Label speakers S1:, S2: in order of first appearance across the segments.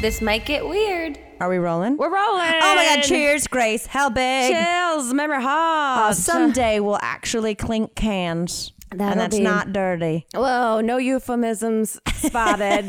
S1: This might get weird.
S2: Are we rolling?
S1: We're rolling.
S2: Oh my God. Cheers, Grace. How big?
S1: Chills, memory
S2: Uh,
S1: hot.
S2: someday we'll actually clink cans.
S1: That'll
S2: and that's
S1: be-
S2: not dirty.
S1: Whoa, no euphemisms spotted.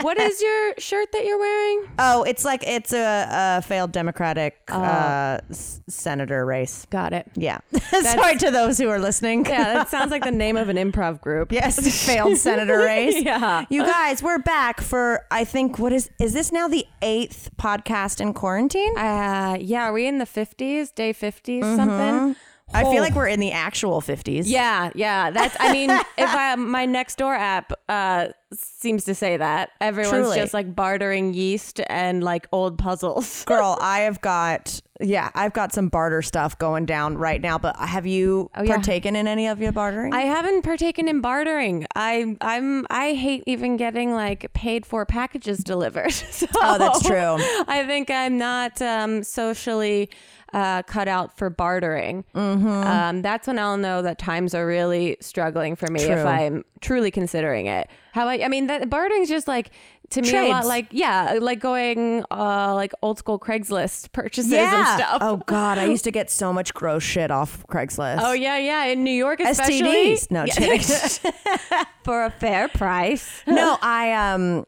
S1: what is your shirt that you're wearing?
S2: Oh, it's like it's a, a failed Democratic
S1: Oh.
S2: uh, s- senator race.
S1: Got it.
S2: Yeah. Sorry to those who are listening.
S1: Yeah, that sounds like the name of an improv group.
S2: Yes, failed senator race.
S1: Yeah.
S2: You guys, we're back for I think what is is this now the eighth podcast in quarantine?
S1: Uh, yeah, are we in the 50s, day 50s, something?
S2: I feel
S1: Oh.
S2: like we're in the actual fifties.
S1: Yeah, yeah. That's. I mean, if I, my next door app uh, seems to say that everyone's
S2: Truly.
S1: just like bartering yeast and like old puzzles.
S2: Girl, I have got yeah, I've got some barter stuff going down right now. But have you
S1: Oh, yeah.
S2: partaken in any of your bartering?
S1: I haven't partaken in bartering. I I'm I hate even getting like paid for packages delivered. So
S2: Oh, that's true.
S1: I think I'm not um, socially uh, cut out for bartering.
S2: Mm-hmm.
S1: Um, that's when I'll know that times are really struggling for me if
S2: True.
S1: I'm truly considering it. How I, I mean, that bartering's just like to me a lot
S2: Trades.
S1: like yeah, like going uh, like old school Craigslist purchases and
S2: yeah.
S1: stuff.
S2: Oh God, I used to get so much gross shit off Craigslist.
S1: Oh yeah, yeah. In New York, especially
S2: STDs. No,
S1: Yeah.
S2: kidding.
S1: for a fair price.
S2: no, I um,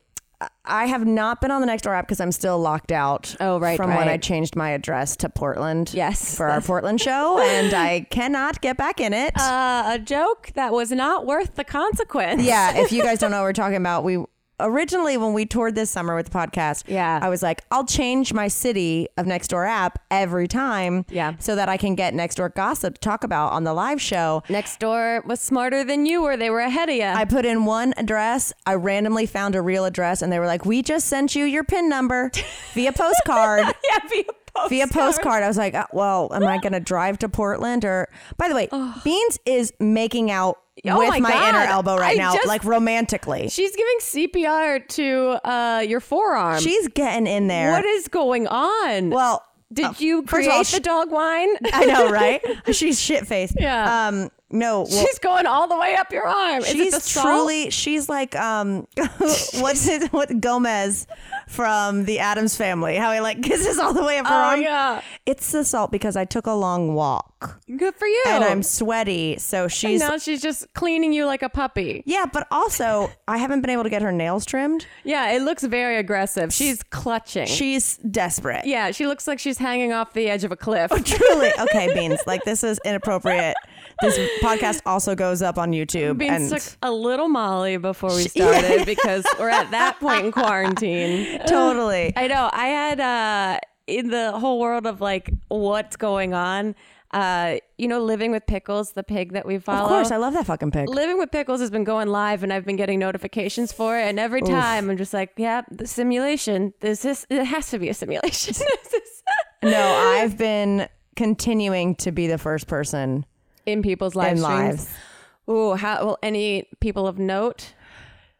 S2: I have not been on the Nextdoor app because I'm still locked out.
S1: Oh, right,
S2: from when
S1: right.
S2: I changed my address to Portland.
S1: Yes.
S2: for our Portland show, and I cannot get back in it.
S1: uh, a joke that was not worth the consequence.
S2: yeah, if you guys don't know what we're talking about, we originally when we toured this summer with the podcast,
S1: Yeah.
S2: I was like, I'll change my city of Nextdoor app every time,
S1: Yeah.
S2: so that I can get Nextdoor gossip to talk about on the live show.
S1: Next door was smarter than you were. They were ahead of you.
S2: I put in one address. I randomly found a real address, and they were like, "We just sent you your PIN number via postcard."
S1: yeah, via postcard.
S2: Via postcard, I was like, oh, "Well, am I going to drive to Portland?" Or, by the way, Beans is making out
S1: Oh
S2: with
S1: my
S2: my, inner
S1: God.
S2: elbow right
S1: I
S2: now,
S1: just-
S2: like romantically.
S1: She's giving CPR to uh, your forearm.
S2: She's getting in there.
S1: what is going on?
S2: well,
S1: did
S2: uh,
S1: you
S2: first
S1: create
S2: of all,
S1: the
S2: sh-
S1: dog wine?
S2: I know, right? She's shit faced.
S1: Yeah.
S2: Um. No. Well,
S1: she's going all the way up your arm. Is it the
S2: She's
S1: salt?
S2: truly. She's like um, what's it? What Gomez from the Adams Family? How he like kisses all the way up her
S1: Oh,
S2: arm.
S1: yeah.
S2: It's the salt because I took a long walk
S1: good for you.
S2: and I'm sweaty. So
S1: Oh. And
S2: she's
S1: now she's just cleaning you like a puppy.
S2: yeah, but also I haven't been able to get her nails trimmed.
S1: Yeah, it looks very aggressive. She's clutching.
S2: She's desperate.
S1: yeah, she looks like she's hanging off the edge of a cliff.
S2: Oh, Truly. Okay, Beans. Like this is inappropriate. This podcast also goes up on YouTube.
S1: Beans
S2: and
S1: took a little Molly before we started because we're at that point in quarantine.
S2: totally.
S1: I know. I had uh, in the whole world of like what's going on. Uh, you know, living with pickles, the pig that we follow.
S2: Of course, I love that fucking pig.
S1: Living with Pickles has been going live, and I've been getting notifications for it. And every time, I'm just like, "Yeah, the simulation. This is. It has to be a simulation." This is-
S2: No, I've been continuing to be the first person
S1: in people's live
S2: in
S1: streams.
S2: lives.
S1: Ooh, how well? Any people of note,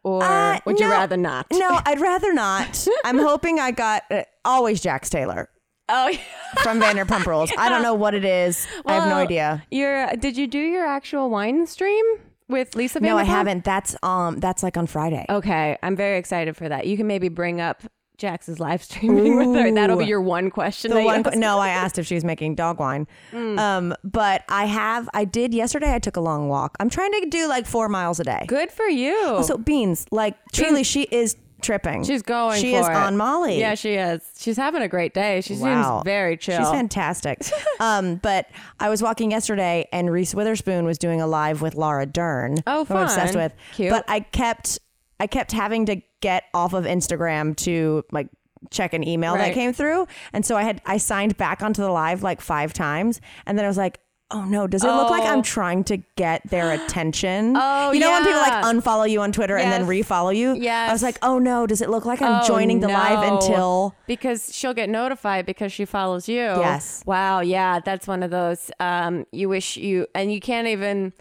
S1: or
S2: Uh,
S1: would you
S2: no.
S1: rather not?
S2: No, I'd rather not. I'm hoping I got uh, always Jax Taylor
S1: Oh. Yeah.
S2: from Vanderpump Rules. I don't know what it is. I have no
S1: Well,
S2: idea.
S1: Your did you do your actual wine stream with Lisa?
S2: No, I
S1: Vanderpump? Oh,
S2: haven't. That's um, that's like on Friday.
S1: Okay, I'm very excited for that. You can maybe bring up Jax's live streaming with her. That'll be your one question.
S2: The
S1: that you
S2: one,
S1: ask.
S2: no, I asked if she was making dog wine.
S1: Mm.
S2: Um, but I have, I did yesterday. I took a long walk. I'm trying to do like four miles a day.
S1: Good for you.
S2: So beans, like truly, she is tripping.
S1: she's going.
S2: She
S1: for
S2: is
S1: it.
S2: on Molly.
S1: Yeah, she is. She's having a great day. She seems very chill.
S2: She's fantastic. um, but I was walking yesterday, and Reese Witherspoon was doing a live with Laura Dern.
S1: Oh,
S2: who I'm obsessed
S1: fun.
S2: with.
S1: Cute.
S2: But I kept, I kept having to get off of Instagram to like check an email
S1: Right.
S2: that came through, and so I had I signed back onto the live like five times, and then I was like. Oh no! Does it look like I'm trying to get their attention?
S1: Oh,
S2: you know when people
S1: yeah.
S2: like unfollow you on Twitter and then
S1: Yes.
S2: refollow you. I
S1: Yes.
S2: was like, oh no! Does it look like I'm
S1: Oh,
S2: joining the live
S1: no.
S2: until
S1: because she'll get notified because she follows you.
S2: Yes.
S1: Wow. Yeah, that's one of those. Um, you wish you and you can't even.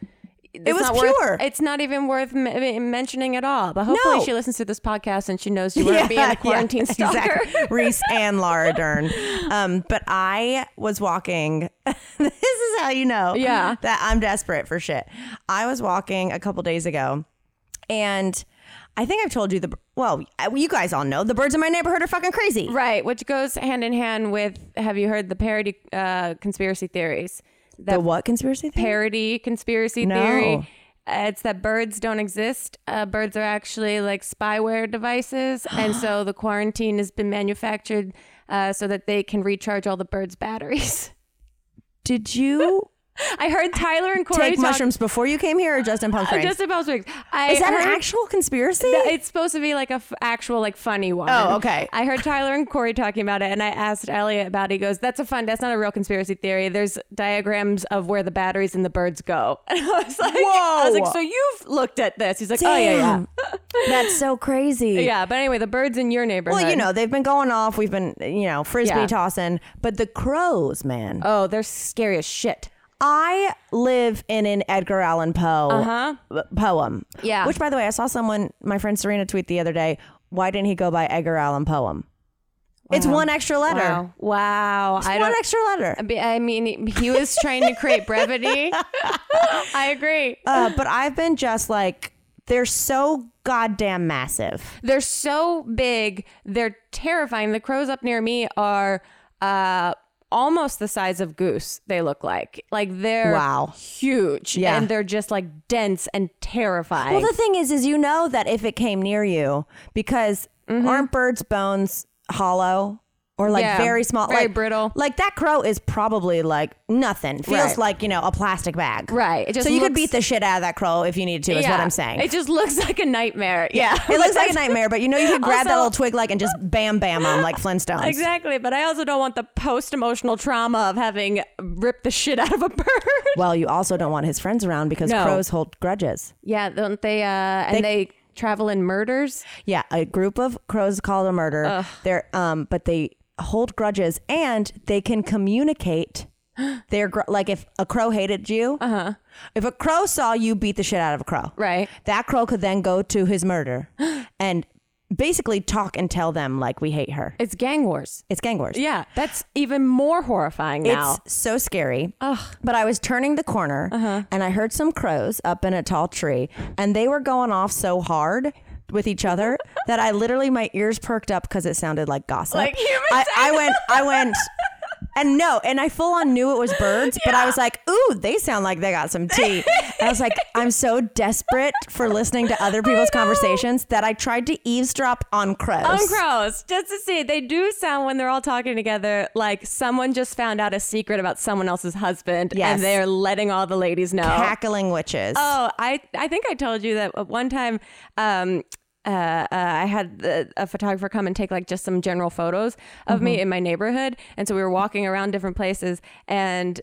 S1: It
S2: was
S1: not
S2: pure.
S1: Worth, it's not even worth m- m- mentioning at all. But hopefully,
S2: No.
S1: she listens to this podcast and she knows you were being a quarantine stalker.
S2: Exactly. Reese and Laura Dern. Um, but I was walking. this is how you know
S1: Yeah.
S2: that I'm desperate for shit. I was walking a couple days ago and I think I've told you the well, you guys all know the birds in my neighborhood are fucking crazy.
S1: Right, which goes hand in hand with have you heard the parody uh, conspiracy theories? That
S2: The what conspiracy theory?
S1: parody conspiracy
S2: No.
S1: theory. Uh, it's that birds don't exist. Uh, birds are actually like spyware devices, and so the quarantine has been manufactured uh, so that they can recharge all the birds' batteries.
S2: Did you
S1: I heard Tyler and Corey
S2: take
S1: talk-
S2: mushrooms before you came here, or just in pump
S1: Uh,
S2: frames?
S1: Just about wigs. I
S2: Is that an
S1: heard-
S2: actual conspiracy?
S1: that It's supposed to be like a f- actual like funny one.
S2: Oh, okay.
S1: I heard Tyler and Corey talking about it, and I asked Elliot about. it. He goes, "That's a fun. That's not a real conspiracy theory. There's diagrams of where the batteries and the birds go." And I was like, "I was
S2: Whoa.
S1: like, so you've looked at this?" He's like, "Oh yeah, yeah,
S2: Damn. That's so crazy.
S1: yeah." But anyway, the birds in your neighborhood.
S2: Well, you know, they've been going off. We've been, you know, frisbee
S1: Yeah.
S2: tossing, but the crows, man.
S1: Oh, they're scary as shit.
S2: I live in an Edgar Allan Poe uh, poem.
S1: Uh-huh. Yeah.
S2: Which, by the way, I saw someone, my friend Serena, tweet the other day. Why didn't he go by Edgar Allan poem? It's one extra letter.
S1: Wow, wow. I
S2: One
S1: don't.
S2: extra letter.
S1: I be- I mean, he was trying to create brevity. I agree.
S2: Uh, but I've been just like, they're so goddamn massive.
S1: They're so big, they're terrifying. The crows up near me are uh almost the size of goose they look like. Like they're
S2: Wow.
S1: huge
S2: Yeah.
S1: and they're just like dense and terrifying.
S2: Well, the thing is, is you know that if it came near you, because aren't birds' bones hollow or like
S1: Mm-hmm. Yeah,
S2: very small,
S1: very
S2: like,
S1: brittle.
S2: Like that crow is probably like nothing. Feels
S1: Right.
S2: like you know a plastic bag.
S1: Right. It just
S2: so you could
S1: looks-
S2: beat the shit out of that crow if you needed to. Is what I'm saying.
S1: It just looks like a nightmare. Yeah.
S2: it looks like a nightmare, but you know you could grab that
S1: Also-
S2: little twig like and just bam bam them like Flintstones.
S1: Exactly, but I also don't want the post-emotional trauma of having ripped the shit out of a bird.
S2: Well, you also don't want his friends around because
S1: No.
S2: crows hold grudges.
S1: Yeah, don't they? Uh, and they, travel in murders.
S2: Yeah, a group of crows called a murder. They're um, but they hold grudges and they can communicate. They're gr- like if a crow hated you, uh-huh. if a crow saw you beat the shit out of a crow,
S1: Right.
S2: That crow could then go to his murder and basically talk and tell them like we hate her.
S1: It's gang wars.
S2: It's gang wars.
S1: Yeah, that's even more horrifying now.
S2: It's so scary. But I was turning the corner
S1: Uh-huh.
S2: and I heard some crows up in a tall tree and they were going off so hard with each other that I literally my ears perked up because it sounded like gossip.
S1: Like human
S2: I, I went I went and no, and I full on knew it was birds, but I was like, ooh, they sound like they got some tea. And I was like, I'm so desperate for listening to other people's conversations that I tried to eavesdrop on crows.
S1: On crows, just to see, they do sound when they're all talking together like someone just found out a secret about someone else's husband,
S2: Yes.
S1: and they're letting all the ladies know.
S2: Cackling witches.
S1: Oh, I I think I told you that uh, one time. Um, uh, uh, I had the, a photographer come and take like just some general photos of me
S2: Mm-hmm.
S1: in my neighborhood, and so we were walking around different places, and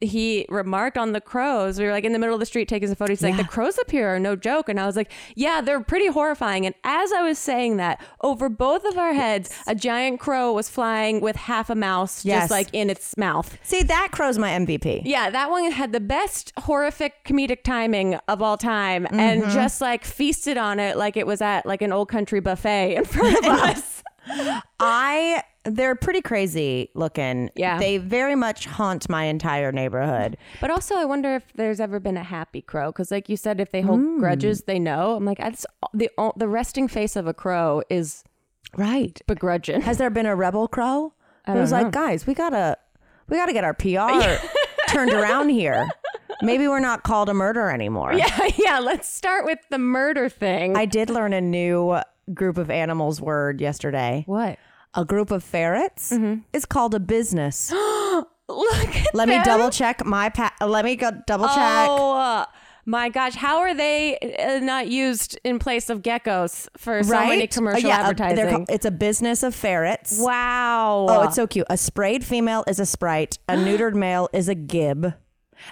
S1: he remarked on the crows. We were like in the middle of the street taking some photos. He's like,
S2: Yeah.
S1: "The crows up here are no joke," and I was like, "Yeah, they're pretty horrifying." And as I was saying that, over both of our heads, a giant crow was flying with half a mouse
S2: Yes.
S1: just like in its mouth.
S2: See, that crow's my MVP.
S1: Yeah, that one had the best horrific comedic timing of all time and
S2: Mm-hmm.
S1: just like feasted on it like it was at like an old country buffet in front of us.
S2: I they're pretty crazy looking.
S1: Yeah.
S2: They very much haunt my entire neighborhood.
S1: But also, I wonder if there's ever been a happy crow because, like you said, if they hold
S2: Mm.
S1: grudges, they know. I'm like, that's the o- the resting face of a crow is
S2: Right.
S1: begrudging.
S2: Has there been a rebel crow? It was like, guys, we gotta we gotta get our PR turned around here. Maybe we're not called a murder anymore.
S1: yeah, yeah. Let's start with the murder thing.
S2: I did learn a new group of animals word yesterday.
S1: what?
S2: A group of ferrets
S1: Mm-hmm.
S2: is called a business.
S1: Look at
S2: Let me
S1: them.
S2: double check my pa- let me go double check.
S1: Oh uh, my gosh, how are they uh, not used in place of geckos for so many
S2: Right? Uh, Oh,
S1: commercial
S2: Yeah, a- they're
S1: advertising?
S2: ca- it's a business of ferrets.
S1: wow.
S2: Oh, it's so cute. A sprayed female is a sprite. A neutered male is a gib.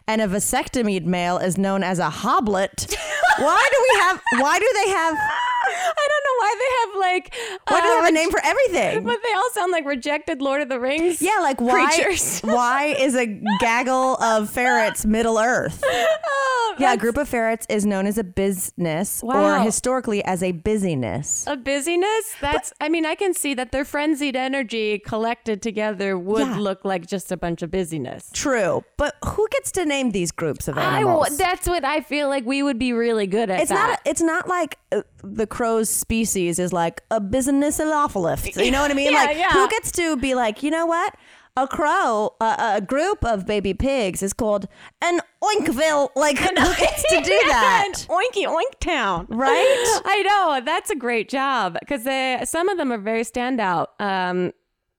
S2: And a vasectomied male is known as a hoblet. why do we have? Why do they have?
S1: I don't know why they have like
S2: Why do they have
S1: uh,
S2: a name for everything?
S1: But they all sound like rejected Lord of the Rings.
S2: Yeah, like why?
S1: Creatures.
S2: why is a gaggle of ferrets Middle Earth?
S1: Oh,
S2: Yeah, a
S1: that's
S2: group of ferrets is known as a business,
S1: Wow.
S2: or historically as a busyness.
S1: A busyness. That's. I mean, I can see that their frenzied energy collected together would
S2: Yeah.
S1: look like just a bunch of busyness.
S2: True, but who gets to name these groups of
S1: I
S2: animals?
S1: w- that's what I feel like we would be really good at.
S2: it's not. It's not like uh, the crow's species is like a business lift. You know what I mean?
S1: Yeah,
S2: like
S1: yeah.
S2: who gets to be like, you know what? A crow, uh, a group of baby pigs is called an oinkville. Like who gets to do that?
S1: Oinky Oink Town,
S2: Right?
S1: I know that's a great job because some of them are very standout. Um,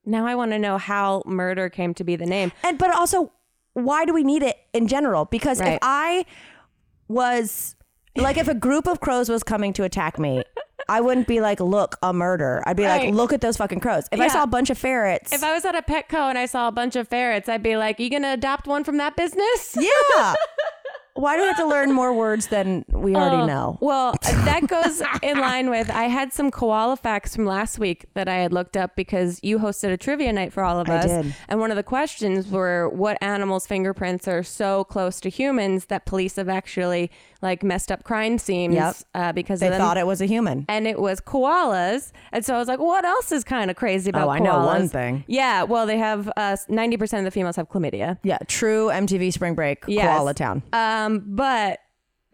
S1: now I want to know how murder came to be the name.
S2: And but also, why do we need it in general? Because if
S1: Right.
S2: I was like, if a group of crows was coming to attack me, I wouldn't be like, "Look, a murder." I'd be
S1: Right.
S2: like, "Look at those fucking crows." If I
S1: Yeah.
S2: saw a bunch of ferrets,
S1: If I was at a Petco and I saw a bunch of ferrets, I'd be like, "You gonna adopt one from that business?"
S2: yeah. Why do we have to learn more words than we already know?
S1: Well, that goes in line with I had some koala facts from last week that I had looked up because you hosted a trivia night for all of us.
S2: did.
S1: And one of the questions were what animals' fingerprints are so close to humans that police have actually like messed up crime scenes
S2: Yep.
S1: uh, because
S2: They
S1: of them.
S2: thought it was a human.
S1: and it was koalas. And so I was like, what else is kind of crazy about
S2: Oh,
S1: koalas?
S2: I know one thing.
S1: Yeah, well, they have uh, 90% of the females have chlamydia.
S2: Yeah, true MTV Spring Break
S1: Yes.
S2: koala town.
S1: Um, but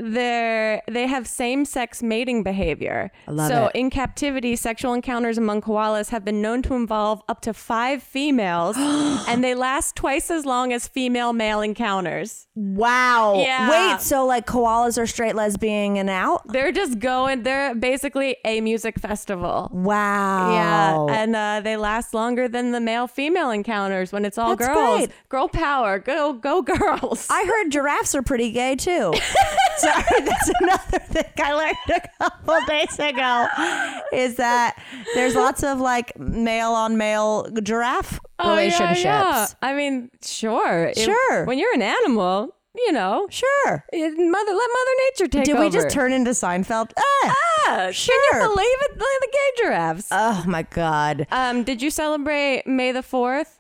S1: they're they have same sex mating behavior. I
S2: love
S1: so
S2: it.
S1: in captivity, sexual encounters among koalas have been known to involve up to five females, and they last twice as long as female male encounters.
S2: Wow.
S1: Yeah.
S2: Wait, so like koalas are straight lesbian and out?
S1: They're just going. They're basically a music festival.
S2: Wow.
S1: Yeah, and uh, they last longer than the male female encounters when it's all
S2: That's
S1: girls.
S2: great.
S1: Girl power, go go girls.
S2: I heard giraffes are pretty gay too. Sorry, that's another thing I learned a couple days ago is that there's lots of like male on male giraffe
S1: Oh, yeah,
S2: relationships.
S1: yeah. I mean, sure, It-
S2: Sure.
S1: when you're an animal, you know,
S2: Sure.
S1: it- Eh, mother, let Mother Nature take
S2: Did
S1: over.
S2: we just turn into Seinfeld? Ah!
S1: Ah,
S2: Sure.
S1: Can you believe it? The, the gay giraffes.
S2: Oh my god.
S1: Uh, um, did you celebrate May the Fourth?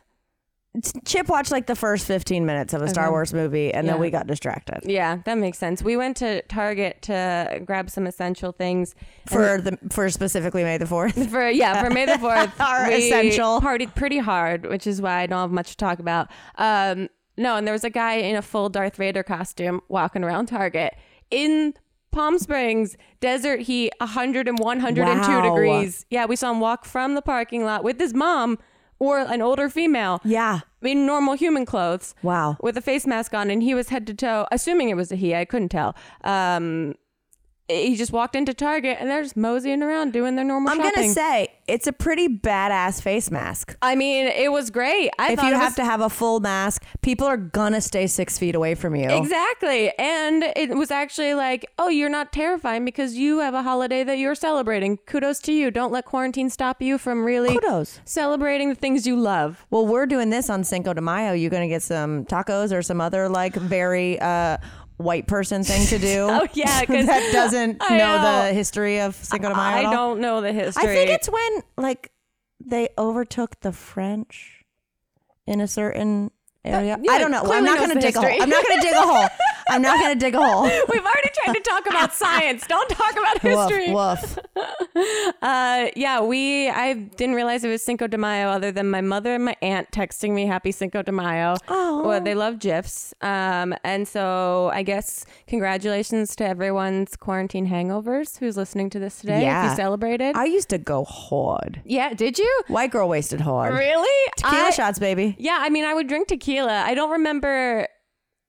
S2: Chip watched like the first 15 minutes of a Star Wars movie and
S1: Yeah.
S2: then we got distracted
S1: Yeah, that makes sense. We went to Target to grab some essential things
S2: for the for specifically May the 4th.
S1: for yeah for May the Fourth.
S2: Our
S1: we
S2: essential.
S1: partied pretty hard, which is why I don't have much to talk about. Um, no, and there was a guy in a full Darth Vader costume walking around Target in Palm Springs desert heat, 100 and 102
S2: Wow.
S1: degrees. Yeah, we saw him walk from the parking lot with his mom or an older female
S2: Yeah.
S1: in normal human clothes.
S2: Wow.
S1: With a face mask on, and he was head to toe, assuming it was a he, I couldn't tell. Um, he just walked into Target and they're just moseying around doing their normal
S2: I'm
S1: shopping.
S2: going to say it's a pretty badass face mask.
S1: I mean, it was great. I
S2: if
S1: thought
S2: you
S1: it
S2: have
S1: was-
S2: to have a full mask, people are gonna stay six feet away from you.
S1: Exactly. And it was actually like, oh, you're not terrifying because you have a holiday that you're celebrating. Kudos to you. Don't let quarantine stop you from really
S2: Kudos.
S1: celebrating the things you love.
S2: Well, we're doing this on Cinco de Mayo. You gonna get some tacos or some other like very uh, white person thing to do?
S1: Oh, yeah, 'cause
S2: that doesn't
S1: I
S2: know,
S1: know.
S2: the history of Cinco de Mayo.
S1: I
S2: at all?
S1: don't know the
S2: I
S1: history.
S2: think it's when like they overtook the French in a certain area.
S1: yeah,
S2: I don't know. Well, I'm not
S1: clearly knows
S2: gonna
S1: the
S2: dig a
S1: history.
S2: hole. I'm not gonna dig a hole. I'm not gonna dig a hole.
S1: We've already tried to talk about science. Don't talk about history.
S2: Woof woof.
S1: Uh, yeah, we. I didn't realize it was Cinco de Mayo, other than my mother and my aunt texting me Happy Cinco de Mayo.
S2: Oh.
S1: well, they love gifs. Um, and so I guess congratulations to everyone's quarantine hangovers who's listening to this today. If
S2: Yeah.
S1: you celebrated.
S2: I used to go hard.
S1: yeah, did you
S2: White girl wasted hard.
S1: really?
S2: Tequila
S1: I-
S2: shots, baby.
S1: Yeah, I mean, I would drink tequila. I don't remember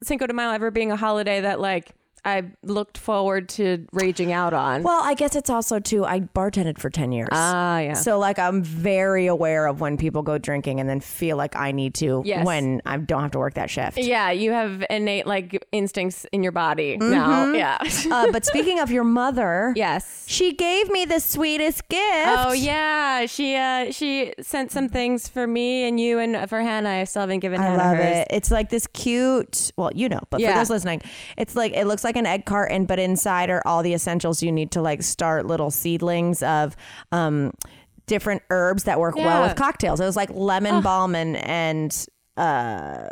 S1: Cinco de Mayo ever being a holiday that like I looked forward to raging out on.
S2: Well, I guess it's also too. I bartended for ten years,
S1: ah, yeah.
S2: so like I'm very aware of when people go drinking and then feel like I need to
S1: Yes.
S2: when I don't have to work that shift.
S1: Yeah, you have innate like instincts in your body
S2: Mm-hmm.
S1: now. Yeah.
S2: Uh, but speaking of your mother,
S1: yes.
S2: she gave me the sweetest gift.
S1: Oh yeah, she uh she sent some things for me and you and for Hannah. I still haven't given
S2: I
S1: Hannah
S2: love
S1: hers.
S2: it. It's like this cute. Well, you know, but
S1: Yeah.
S2: for those listening, it's like it looks like like an egg carton, but inside are all the essentials you need to like start little seedlings of um, different herbs that work well
S1: Yeah.
S2: with cocktails. It was like lemon balm and and uh,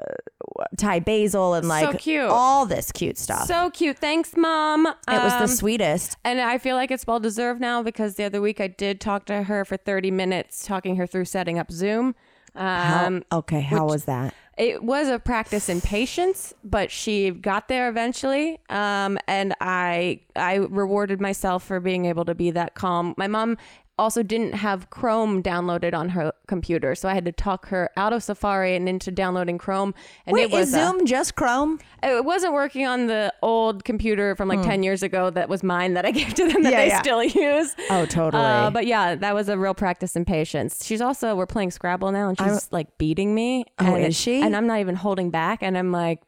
S2: Thai basil and like
S1: cute.
S2: all this cute stuff.
S1: So um, cute. Thanks, mom.
S2: it was the sweetest.
S1: And I feel like it's well deserved now because the other week I did talk to her for 30 minutes, talking her through setting up Zoom.
S2: How-
S1: Um,
S2: okay, how was that?
S1: it was a practice in patience, but she got there eventually. Um, and I I rewarded myself for being able to be that calm. My mom also didn't have Chrome downloaded on her computer, so I had to talk her out of Safari and into downloading Chrome. And
S2: Wait,
S1: it was
S2: is
S1: a-
S2: Zoom just Chrome?
S1: it wasn't working on the old computer from like 10 years ago that was mine that I gave to them that
S2: Hmm. Yeah,
S1: they
S2: yeah.
S1: still use.
S2: Oh, totally.
S1: Uh, but yeah, that was a real practice in patience. She's also, we're playing Scrabble now and she's like beating me.
S2: Oh,
S1: and,
S2: is she?
S1: And I'm not even holding back. And I'm like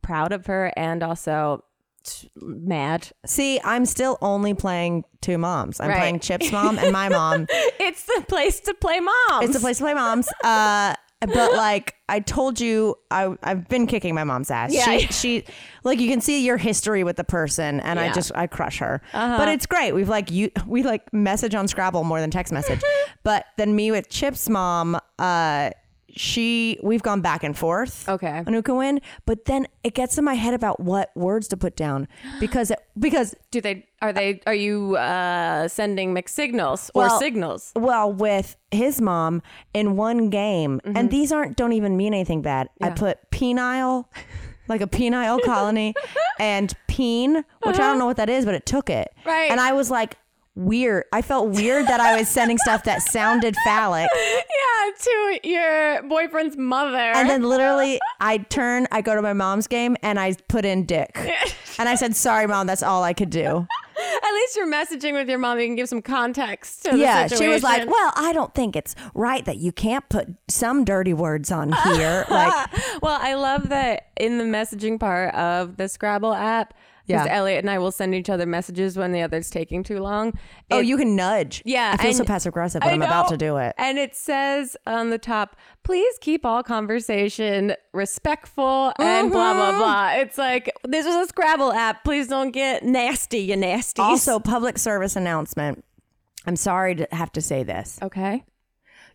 S1: proud of her and also t- mad.
S2: See, I'm still only playing two moms. I'm
S1: Right.
S2: playing Chip's mom and my mom.
S1: It's the place to play mom.
S2: It's a place to play moms. Uh, but like I told you, I I've been kicking my mom's ass.
S1: Yeah.
S2: She, she like you can see your history with the person, and I
S1: Yeah. Uh-huh.
S2: just I crush her. But it's great. We've like you we like message on Scrabble more than text message. but then me with Chip's mom, uh, she we've gone back and forth.
S1: Okay.
S2: on who can win. But then it gets in my head about what words to put down because because
S1: Do they, are they, are you uh, sending mixed signals or
S2: Well,
S1: signals?
S2: well with his mom in one game
S1: Mm-hmm.
S2: and these aren't don't even mean anything bad i put penile like a penile colony and peen which i don't know what that is but it took it
S1: Right.
S2: and i was like weird i felt weird that i was sending stuff that sounded phallic
S1: Yeah, to your boyfriend's mother.
S2: and then literally i turn i go to my mom's game and i put in dick and i said sorry mom that's all i could do
S1: At least you're messaging with your mom. You can give some context to
S2: yeah
S1: the
S2: she
S1: situation.
S2: was like well i don't think it's right that you can't put some dirty words on here like
S1: well, I love that in the messaging part of the Scrabble app, because
S2: Yeah.
S1: Elliot and I will send each other messages when the other's taking too long.
S2: Oh,
S1: It-
S2: you can nudge.
S1: Yeah,
S2: I feel so
S1: and-
S2: passive aggressive, but I am
S1: know.
S2: about to do it.
S1: And it says on the top, please keep all conversation respectful and blah,
S2: Mm-hmm.
S1: blah, blah. It's like, this is a Scrabble app. Please don't get nasty, you nasty.
S2: Also, public service announcement. I'm sorry to have to say this.
S1: okay.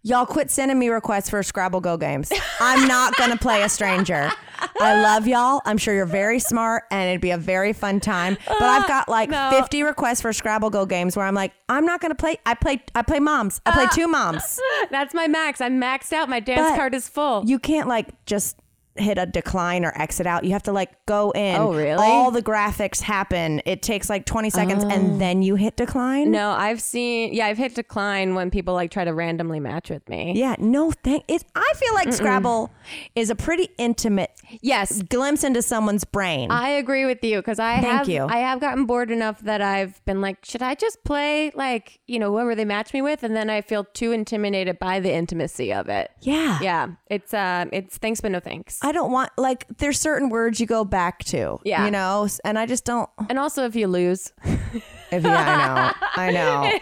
S2: Y'all quit sending me requests for Scrabble Go games. I'm not going to play a stranger. I love y'all. I'm sure you're very smart and it'd be a very fun time. But I've got like
S1: no.
S2: 50 requests for Scrabble Go games where I'm like, I'm not going to play. I play I play moms. I play two moms.
S1: That's my max. I'm maxed out. My dance
S2: But
S1: card is full.
S2: you can't like just hit a decline or exit out. You have to like go in.
S1: Oh, really?
S2: All the graphics happen. It takes like 20 seconds and then you hit decline.
S1: Oh. no, I've seen, yeah, I've hit decline when people like try to randomly match with me.
S2: Yeah, no thank it I feel like Scrabble is a pretty intimate
S1: Yes,
S2: glimpse into someone's brain.
S1: I agree with you because I have
S2: you.
S1: I have gotten bored enough that I've been like, should I just play like you know whoever they match me with, and then I feel too intimidated by the intimacy of it.
S2: yeah. Oh.
S1: yeah. It's um, it's thanks but no thanks.
S2: I don't want like there's certain words you go back to.
S1: Yeah.
S2: You know? S- And I just don't
S1: and also, if you lose,
S2: if yeah, I know. I know.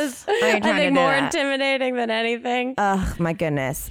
S1: is I
S2: trying to
S1: think
S2: do
S1: more
S2: that.
S1: intimidating than anything.
S2: Ugh, my goodness.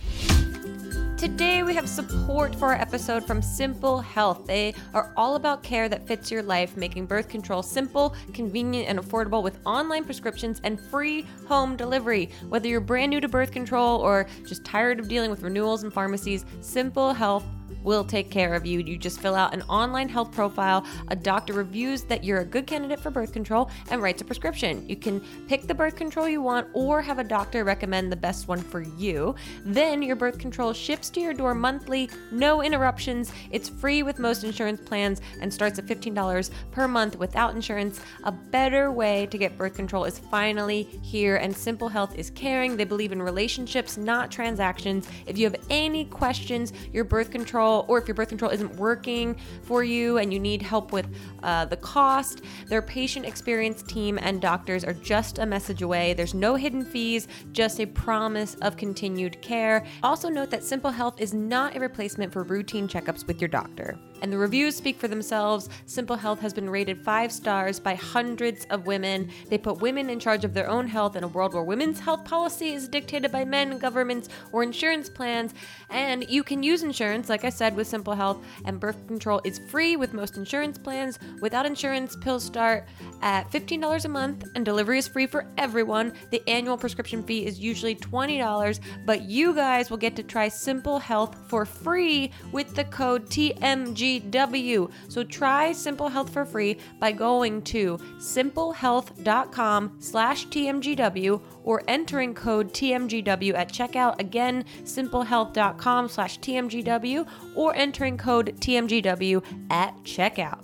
S3: Today, we have support for our episode from Simple Health. They are all about care that fits your life, making birth control simple, convenient, and affordable with online prescriptions and free home delivery. Whether you're brand new to birth control or just tired of dealing with renewals and pharmacies, Simple Health will take care of you. You just fill out an online health profile, a doctor reviews that you're a good candidate for birth control, and writes a prescription. You can pick the birth control you want or have a doctor recommend the best one for you. Then your birth control ships to your door monthly, no interruptions. It's free with most insurance plans and starts at $15 per month without insurance. A better way to get birth control is finally here, and Simple Health is caring. They believe in relationships, not transactions. If you have any questions, your birth control, or if your birth control isn't working for you and you need help with uh, the cost, their patient experience team and doctors are just a message away. There's no hidden fees, just a promise of continued care. Also, note that Simple Health is not a replacement for routine checkups with your doctor. And the reviews speak for themselves. Simple Health has been rated five stars by hundreds of women. They put women in charge of their own health in a world where women's health policy is dictated by men, governments, or insurance plans. And you can use insurance, like I said said with Simple Health, and birth control is free with most insurance plans. Without insurance, pills start at $15 a month, and delivery is free for everyone. The annual prescription fee is usually $20, but you guys will get to try Simple Health for free with the code TMGW. So try Simple Health for free by going to simplehealth.com slash TMGW or entering code TMGW at checkout. Again, simplehealth.com slash TMGW or entering code TMGW at checkout.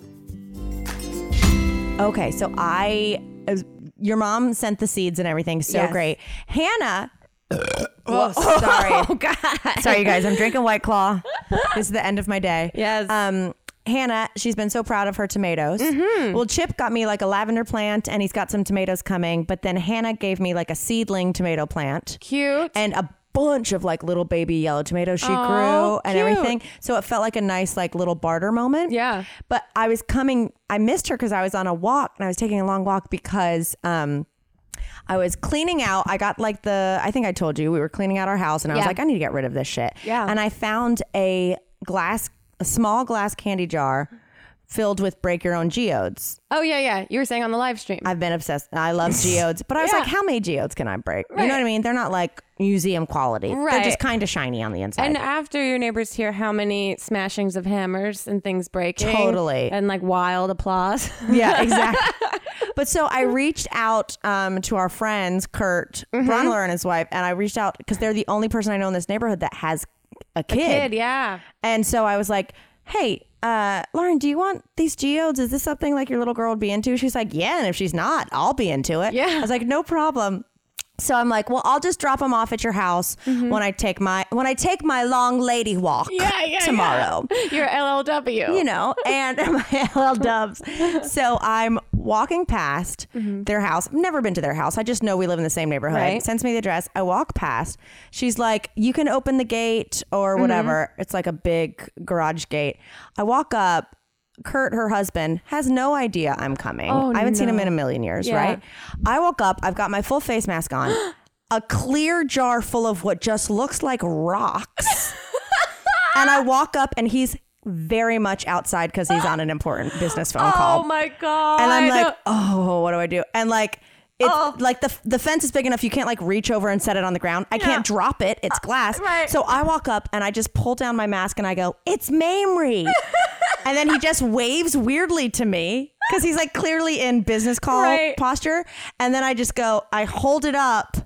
S2: Okay, so I, as- your mom sent the seeds and everything. So
S1: Yes.
S2: great, Hannah.
S1: Oh,
S2: sorry.
S1: Oh God.
S2: Sorry, you guys. I'm drinking White Claw. This is the end of my day.
S1: Yes.
S2: Um, Hannah, she's been so proud of her tomatoes.
S1: Mm-hmm.
S2: Well, Chip got me like a lavender plant, and he's got some tomatoes coming. But then Hannah gave me like a seedling tomato plant
S1: Cute.
S2: and a bunch of like little baby yellow tomatoes she grew and
S1: cute.
S2: everything. So it felt like a nice like little barter moment.
S1: Yeah.
S2: But I was coming. I missed her because I was on a walk and I was taking a long walk because. um I was cleaning out. I got like the, I think I told you, we were cleaning out our house and I was
S1: Yeah.
S2: like, I need to get rid of this shit.
S1: Yeah.
S2: And I found a glass, a small glass candy jar filled with break your own geodes.
S1: oh yeah, yeah. You were saying on the live stream.
S2: I've been obsessed. I love geodes, but I was
S1: Yeah.
S2: like, how many geodes can I break? You
S1: Right.
S2: know what I mean? They're not like museum quality. They're
S1: Right.
S2: just kind of shiny on the inside.
S1: and after your neighbors hear how many smashings of hammers and things breaking,
S2: Totally.
S1: and like wild applause.
S2: Yeah, exactly. but so I reached out um, to our friends, Kurt
S1: Mm-hmm.
S2: Brunler and his wife, and I reached out because they're the only person I know in this neighborhood that has a kid.
S1: Kid, yeah.
S2: And so I was like, hey, uh, Lauren, do you want these geodes? Is this something like your little girl would be into? She's like, yeah. And if she's not, I'll be into it.
S1: Yeah.
S2: I was like, no problem. So I'm like, well, I'll just drop them off at your house when I take my when I take my long lady walk tomorrow
S1: You're LLW.
S2: you know, and my LL dubs. So I'm walking past their house. I've never been to their house. I just know we live in the same neighborhood.
S1: Mm-hmm. Right.
S2: Sends me the address. I walk past. She's like, You can open the gate or
S1: Mm-hmm.
S2: whatever. It's like a big garage gate. I walk up. Kurt, her husband, has no idea I'm coming.
S1: Oh,
S2: I haven't seen
S1: no.
S2: him in a million years,
S1: Yeah.
S2: right? I woke up. I've got my full face mask on. a clear jar full of what just looks like rocks. and I walk up and he's very much outside because he's on an important business phone
S1: Oh
S2: call.
S1: my god. Oh.
S2: and I'm like, oh, what do I do? And like, it's like the the fence is big enough you can't like reach over and set it on the ground. I can't drop it; it's glass.
S1: Uh, right.
S2: So I walk up and I just pull down my mask and I go, "It's Mamrie," and then he just waves weirdly to me because he's like clearly in business call
S1: Right.
S2: posture. And then I just go, I hold it up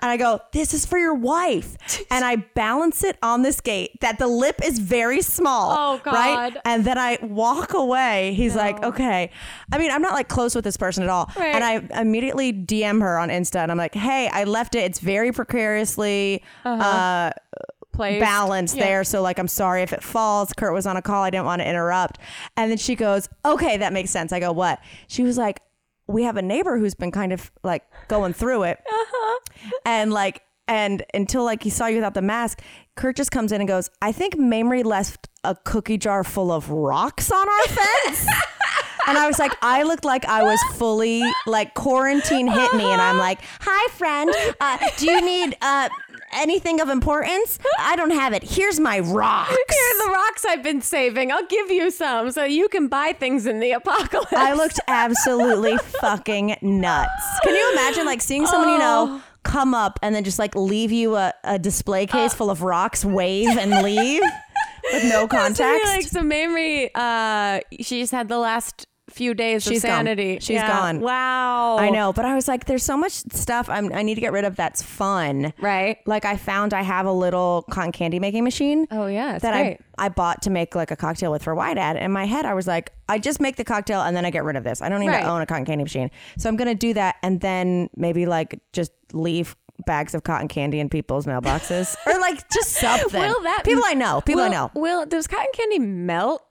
S2: and I go, This is for your wife. And I balance it on this gate that the lip is very small.
S1: Oh,
S2: Right?
S1: God.
S2: And then I walk away. He's like, Okay. I mean, I'm not like close with this person at all.
S1: Right.
S2: And I immediately DM her on Insta and I'm like, Hey, I left it. It's very precariously uh
S1: Place.
S2: balance
S1: Uh-huh. Yeah.
S2: there. So like, I'm sorry if it falls. Kurt was on a call. I didn't want to interrupt. And then she goes, okay, that makes sense. I go, what? She was like, we have a neighbor who's been kind of like going through it. And like, and until like he saw you without the mask, Kurt just comes in and goes, I think Mamrie left a cookie jar full of rocks on our fence. And I was like, I looked like I was fully like quarantine hit me, and I'm like, "Hi, friend. Uh, do you need uh, anything of importance? I don't have it. Here's my rocks."
S1: Here are the rocks I've been saving. I'll give you some so you can buy things in the apocalypse.
S2: I looked absolutely fucking nuts. Can you imagine like seeing someone you
S1: Oh.
S2: know come up and then just like leave you a, a display case full of rocks, wave and leave with no
S1: So Uh. you're
S2: context?
S1: Like, so Mamrie, uh, she just had the last few days
S2: She's
S1: of
S2: gone.
S1: sanity.
S2: She's gone.
S1: Wow.
S2: I know, but I was like, there's so much stuff I'm, I need to get rid of that's fun.
S1: Right.
S2: Like I found I have a little cotton candy making machine.
S1: Oh, yeah, it's
S2: that
S1: great.
S2: I I bought to make like a cocktail with for White Ad. In my head, I was like, I just make the cocktail and then I get rid of this. I don't need
S1: Right.
S2: to own a cotton candy machine, so I'm gonna do that and then maybe like just leave bags of cotton candy in people's mailboxes or like just something.
S1: Will that
S2: people I know, people I
S1: will-
S2: know.
S1: Will does cotton candy melt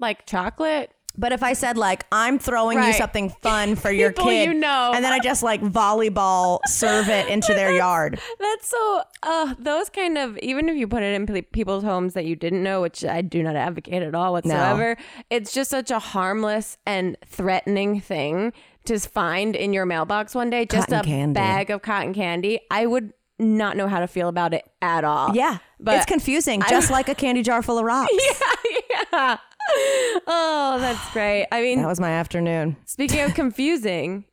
S1: like chocolate?
S2: But if I said like I'm throwing you
S1: Right.
S2: something fun for your
S1: People
S2: kid,
S1: you know.
S2: and then I just like volleyball serve it into their yard.
S1: That's so. Uh, those kind of even if you put it in pe- people's homes that you didn't know, which I do not advocate at all whatsoever. It's just such a harmless and threatening thing to s- find in your mailbox one day. Just
S2: Cotton
S1: a
S2: candy.
S1: bag of cotton candy. I would not know how to feel about it at all.
S2: Yeah.
S1: But
S2: it's confusing, just like a candy jar full of rocks.
S1: Oh, that's great. I mean,
S2: That was my afternoon.
S1: speaking of confusing,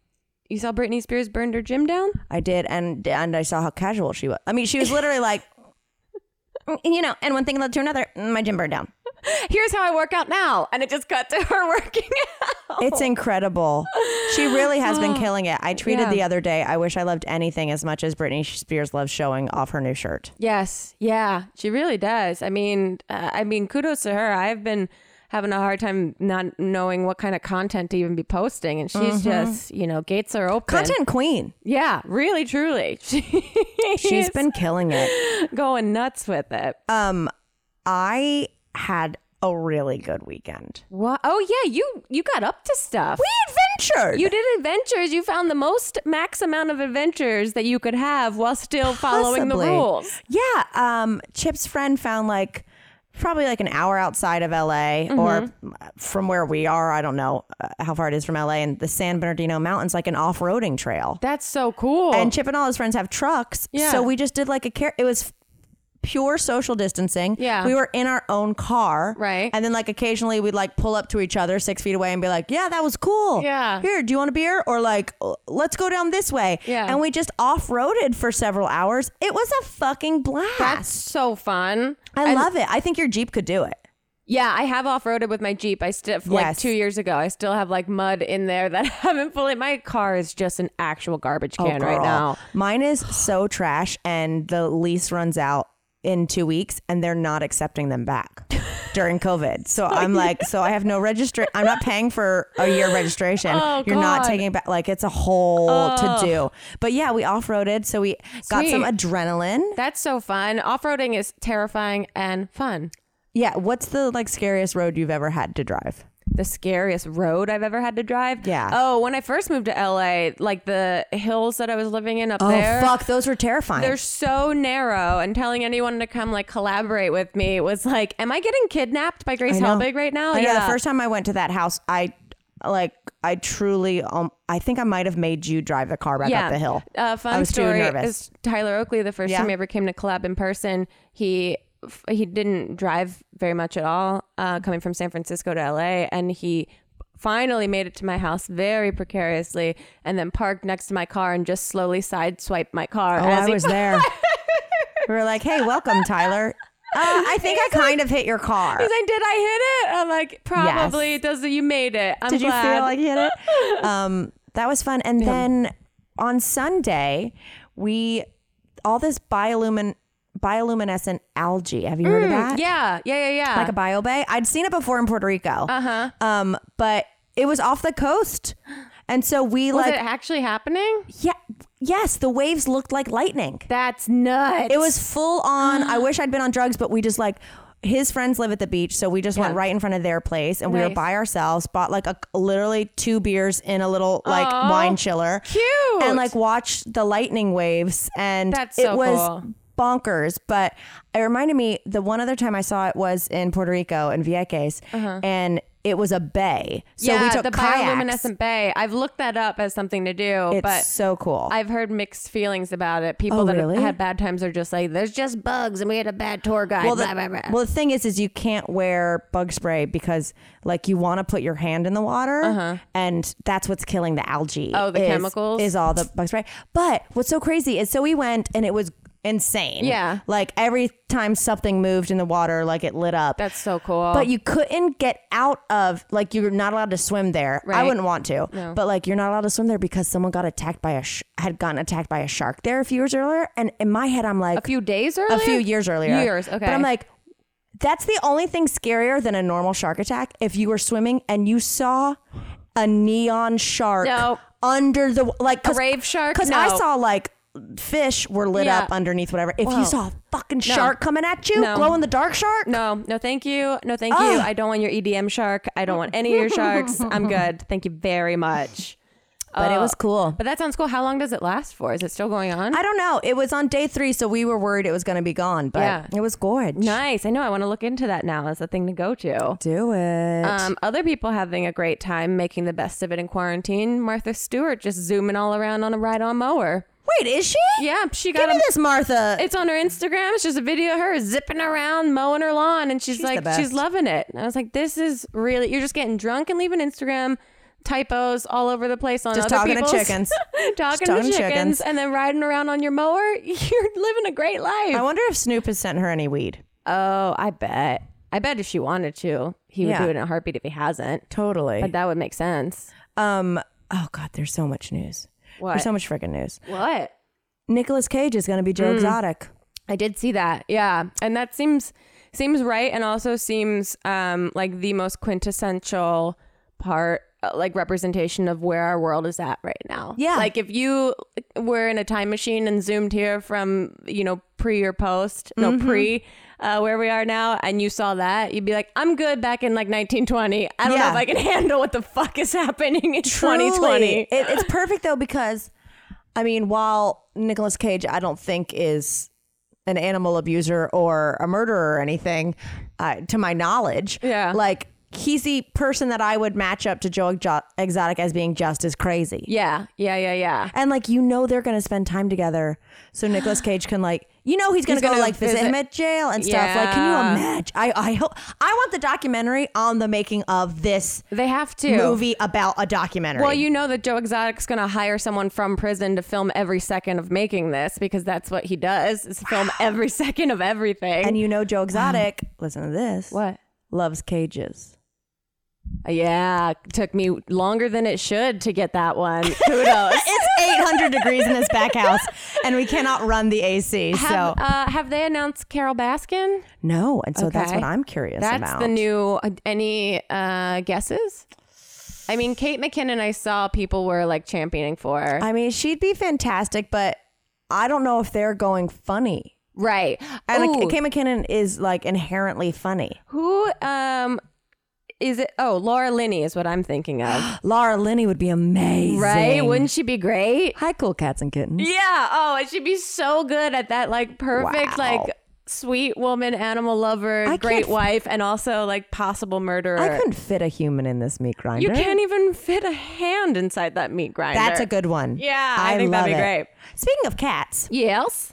S1: you saw Britney Spears burned her gym down?
S2: I did, and and I saw how casual she was. I mean, she was literally like, you know, and one thing led to another. My gym burned down.
S1: Here's how I work out now. And it just cut to her working out.
S2: It's incredible. She really has been killing it. I tweeted
S1: Yeah.
S2: the other day. I wish I loved anything as much as Britney Spears loves showing off her new shirt.
S1: Yes. Yeah. She really does. I mean, uh, I mean, kudos to her. I've been having a hard time not knowing what kind of content to even be posting. And she's just, you know, gates are open.
S2: Mm-hmm. Content queen.
S1: Yeah. Really, truly.
S2: She's been Uh, killing it. Um,
S1: going nuts with it.
S2: I had a really good weekend.
S1: Wha- Oh, yeah. You, you got up to stuff.
S2: Adventure.
S1: You did adventures. You found the most max amount of adventures that you could have while still following the
S2: Possibly.
S1: rules.
S2: Yeah. Um, Chip's friend found like probably like an hour outside of LA or from where we are. I don't know uh, how far it is from LA and the San Bernardino Mountains, like an off roading trail.
S1: That's so cool.
S2: And Chip and all his friends have trucks.
S1: Yeah.
S2: So we just did like a car. It was pure social distancing.
S1: Yeah.
S2: We were in our own car.
S1: Right.
S2: And then like occasionally we'd like pull up to each other six feet away and be like, yeah, that was cool.
S1: Yeah.
S2: Here, do you want a beer? Or like, "Oh, let's go down this way.
S1: Yeah.
S2: And we just off roaded for several hours. It was a fucking blast.
S1: That's so fun.
S2: I love it. I think your Jeep could do it.
S1: Yeah, I have off roaded with my Jeep. I still, like
S2: Yes.
S1: two years ago, I still have like mud in there that I haven't fully. My car is just an actual garbage can right
S2: Oh, Girl.
S1: now.
S2: Mine is so trash and the lease runs out in two weeks and they're not accepting them back during COVID. So I'm like, so I have no register. I'm not paying for a year registration.
S1: Oh,
S2: You're not
S1: God.
S2: taking it back. Like it's a whole to do. But yeah, we off roaded. So we got some
S1: Sweet.
S2: adrenaline.
S1: That's so fun. Off roading is terrifying and fun.
S2: Yeah. What's the like scariest road you've ever had to drive?
S1: the scariest road I've ever had to drive.
S2: Yeah.
S1: Oh, when I first moved to LA, like the hills that I was living in up there.
S2: Oh, fuck. Those were terrifying.
S1: They're so narrow, and telling anyone to come like collaborate with me was like, am I getting kidnapped by Grace
S2: I know.
S1: Helbig right now?
S2: I know, The first time I went to that house, I like I truly um I think I might have made you drive the car back up the hill.
S1: Uh, fun
S2: I was
S1: story
S2: too nervous.
S1: is Tyler Oakley. The first
S2: Yeah.
S1: time he ever came to collab in person, he f- he didn't drive very much at all, uh, coming from San Francisco to LA, and he finally made it to my house very precariously, and then parked next to my car and just slowly sideswiped my car.
S2: oh,
S1: as
S2: I
S1: he-
S2: was there. we were like, "Hey, welcome, Tyler." Uh, I think I kind of hit your car.
S1: He's like, did I hit it? I'm like, probably.
S2: Yes.
S1: It does. You made it. I'm
S2: Did you
S1: glad.
S2: feel like you hit it? Um, that was fun. And then on Sunday, we all this biolumin bioluminescent algae. Have you heard
S1: Mm,
S2: of that?
S1: yeah, yeah, yeah, yeah. Uh-huh.
S2: like a bio bay. I'd seen it before in Puerto Rico. Uh huh. Um, but it was off the coast, and so we
S1: was
S2: like
S1: it actually happening?
S2: yeah, yes, the waves looked like lightning.
S1: That's nuts.
S2: It was full on. I wish I'd been on drugs, but we just like his friends live at the beach, so we just went
S1: Yeah.
S2: right in front of their place, and we were
S1: Nice.
S2: by ourselves. Bought like a literally two beers in a little like wine chiller,
S1: cute.
S2: and like watched the lightning waves, and
S1: That's
S2: it
S1: so
S2: was.
S1: cool.
S2: Bonkers, but it reminded me the one other time I saw it was in Puerto Rico in Vieques, and it was a bay. So
S1: Uh-huh. yeah,
S2: we took
S1: the
S2: kayaks.
S1: bioluminescent bay. I've looked that up as something to do,
S2: It's
S1: but
S2: so cool.
S1: I've heard mixed feelings about it. People
S2: Oh,
S1: that
S2: really?
S1: have had bad times are just like, "There's just bugs," and we had a bad tour guide.
S2: well,
S1: blah,
S2: the,
S1: blah, blah.
S2: well, the thing is, is you can't wear bug spray because like you want to put your hand in the water, and that's what's killing the algae.
S1: Uh-huh. Oh, the
S2: is-
S1: chemicals?
S2: is all the bug spray. But what's so crazy is so we went and it was insane.
S1: Yeah.
S2: like every time something moved in the water, like it lit up.
S1: That's so cool.
S2: But you couldn't get out of like you're not allowed to swim there. I
S1: Right.
S2: wouldn't want to. But like you're not allowed to swim there because someone got attacked by a sh- had gotten attacked by a shark there a few years earlier. And in my head, I'm like
S1: a few days earlier,
S2: a few years earlier.
S1: Years, okay.
S2: But I'm like, that's the only thing scarier than a normal shark attack. If you were swimming and you saw a neon shark
S1: No.
S2: under the like cause,
S1: rave shark?
S2: because I
S1: No.
S2: saw like fish were lit
S1: Yeah.
S2: up underneath whatever. If
S1: Wow.
S2: you saw a fucking shark coming at you,
S1: No.
S2: glow in the dark shark,
S1: No, no, thank you, no, thank you.
S2: Ugh.
S1: I don't want your EDM shark. I don't want any of your sharks. I'm good. Thank you very much.
S2: but it was cool.
S1: But that sounds cool. How long does it last for? Is it still going on?
S2: I don't know. It was on day three, so we were worried it was going to be gone, but
S1: Yeah.
S2: it was gorge.
S1: nice. I know. I want to look into that now as a thing to go to.
S2: Do it.
S1: Um, other people having a great time making the best of it in quarantine. Martha Stewart just zooming all around on a ride on mower.
S2: Wait, Wait, is she?
S1: Yeah, she got
S2: Give me
S1: a
S2: this, Martha.
S1: It's on her Instagram. It's just a video of her zipping around, mowing her lawn, and she's,
S2: the
S1: like,
S2: best.
S1: she's loving it. And I was like, this is really, you're just getting drunk and leaving Instagram typos all over the place on
S2: Just
S1: other
S2: talking to
S1: people's-
S2: chickens.
S1: talking,
S2: talking
S1: to
S2: to
S1: chickens,
S2: chickens.
S1: and then riding around on your mower. You're living a great life.
S2: I wonder if Snoop has sent her any weed.
S1: oh, I bet. I bet if she wanted to, he would
S2: Yeah.
S1: do it in a heartbeat if he hasn't.
S2: Totally.
S1: But that would make sense.
S2: Um. Oh God, there's so much news.
S1: What?
S2: There's so much freaking news.
S1: what?
S2: Nicolas Cage is going to be
S1: Mm.
S2: Joe Exotic.
S1: I did see that. Yeah. And that seems seems right and also seems um like the most quintessential part uh, like representation of where our world is at right now.
S2: Yeah.
S1: Like if you were in a time machine and zoomed here from, you know, pre or post,
S2: Mm-hmm.
S1: no pre uh, where we are now and you saw that, you'd be like, I'm good back in like 1920. I don't know
S2: Yeah.
S1: if I can handle what the fuck is happening in
S2: Truly.
S1: 2020.
S2: It, it's perfect though because, I mean, while Nicolas Cage, I don't think is an animal abuser or a murderer or anything, uh, to my knowledge.
S1: Yeah.
S2: Like he's the person that I would match up to Joe Exo- Exotic as being just as crazy.
S1: yeah. Yeah, yeah, yeah.
S2: And like you know they're gonna spend time together, so Nicolas Cage can like you know he's gonna
S1: He's
S2: go
S1: gonna
S2: like visit,
S1: visit-
S2: him at jail and stuff. Like, can
S1: Yeah.
S2: you imagine? I I hope I want the documentary on the making of this
S1: They have to.
S2: movie about a documentary.
S1: Well, you know that Joe Exotic's going to hire someone from prison to film every second of making this because that's what he does is film every second of everything.
S2: and you know Joe Exotic. listen to this.
S1: what?
S2: loves cages?
S1: Yeah, took me longer than it should to get that one. Kudos.
S2: It's 800 degrees in this back house, and we cannot run the AC.
S1: Have,
S2: so
S1: uh, have they announced Carol Baskin?
S2: no, and so that's
S1: Okay.
S2: what I'm curious
S1: That's
S2: about.
S1: the new. Uh, any uh, guesses? I mean, Kate McKinnon. I saw people were like championing for.
S2: I mean, she'd be fantastic, but I don't know if they're going funny.
S1: right.
S2: And
S1: Ooh.
S2: like, Kate McKinnon is like inherently funny.
S1: who um is it? Oh, Laura Linney is what I'm thinking of.
S2: Laura Linney would be amazing.
S1: Right? Wouldn't she be great?
S2: Hi, cool cats and kittens.
S1: Yeah. Oh, and she'd be so good at that, like perfect,
S2: Wow.
S1: like sweet woman, animal lover,
S2: I
S1: great
S2: can't-
S1: wife, and also like possible murderer.
S2: I couldn't fit a human in this meat grinder.
S1: you can't even fit a hand inside that meat grinder.
S2: That's a good one.
S1: Yeah, I think that'd
S2: love
S1: be
S2: it.
S1: great.
S2: Speaking of cats,
S1: yes.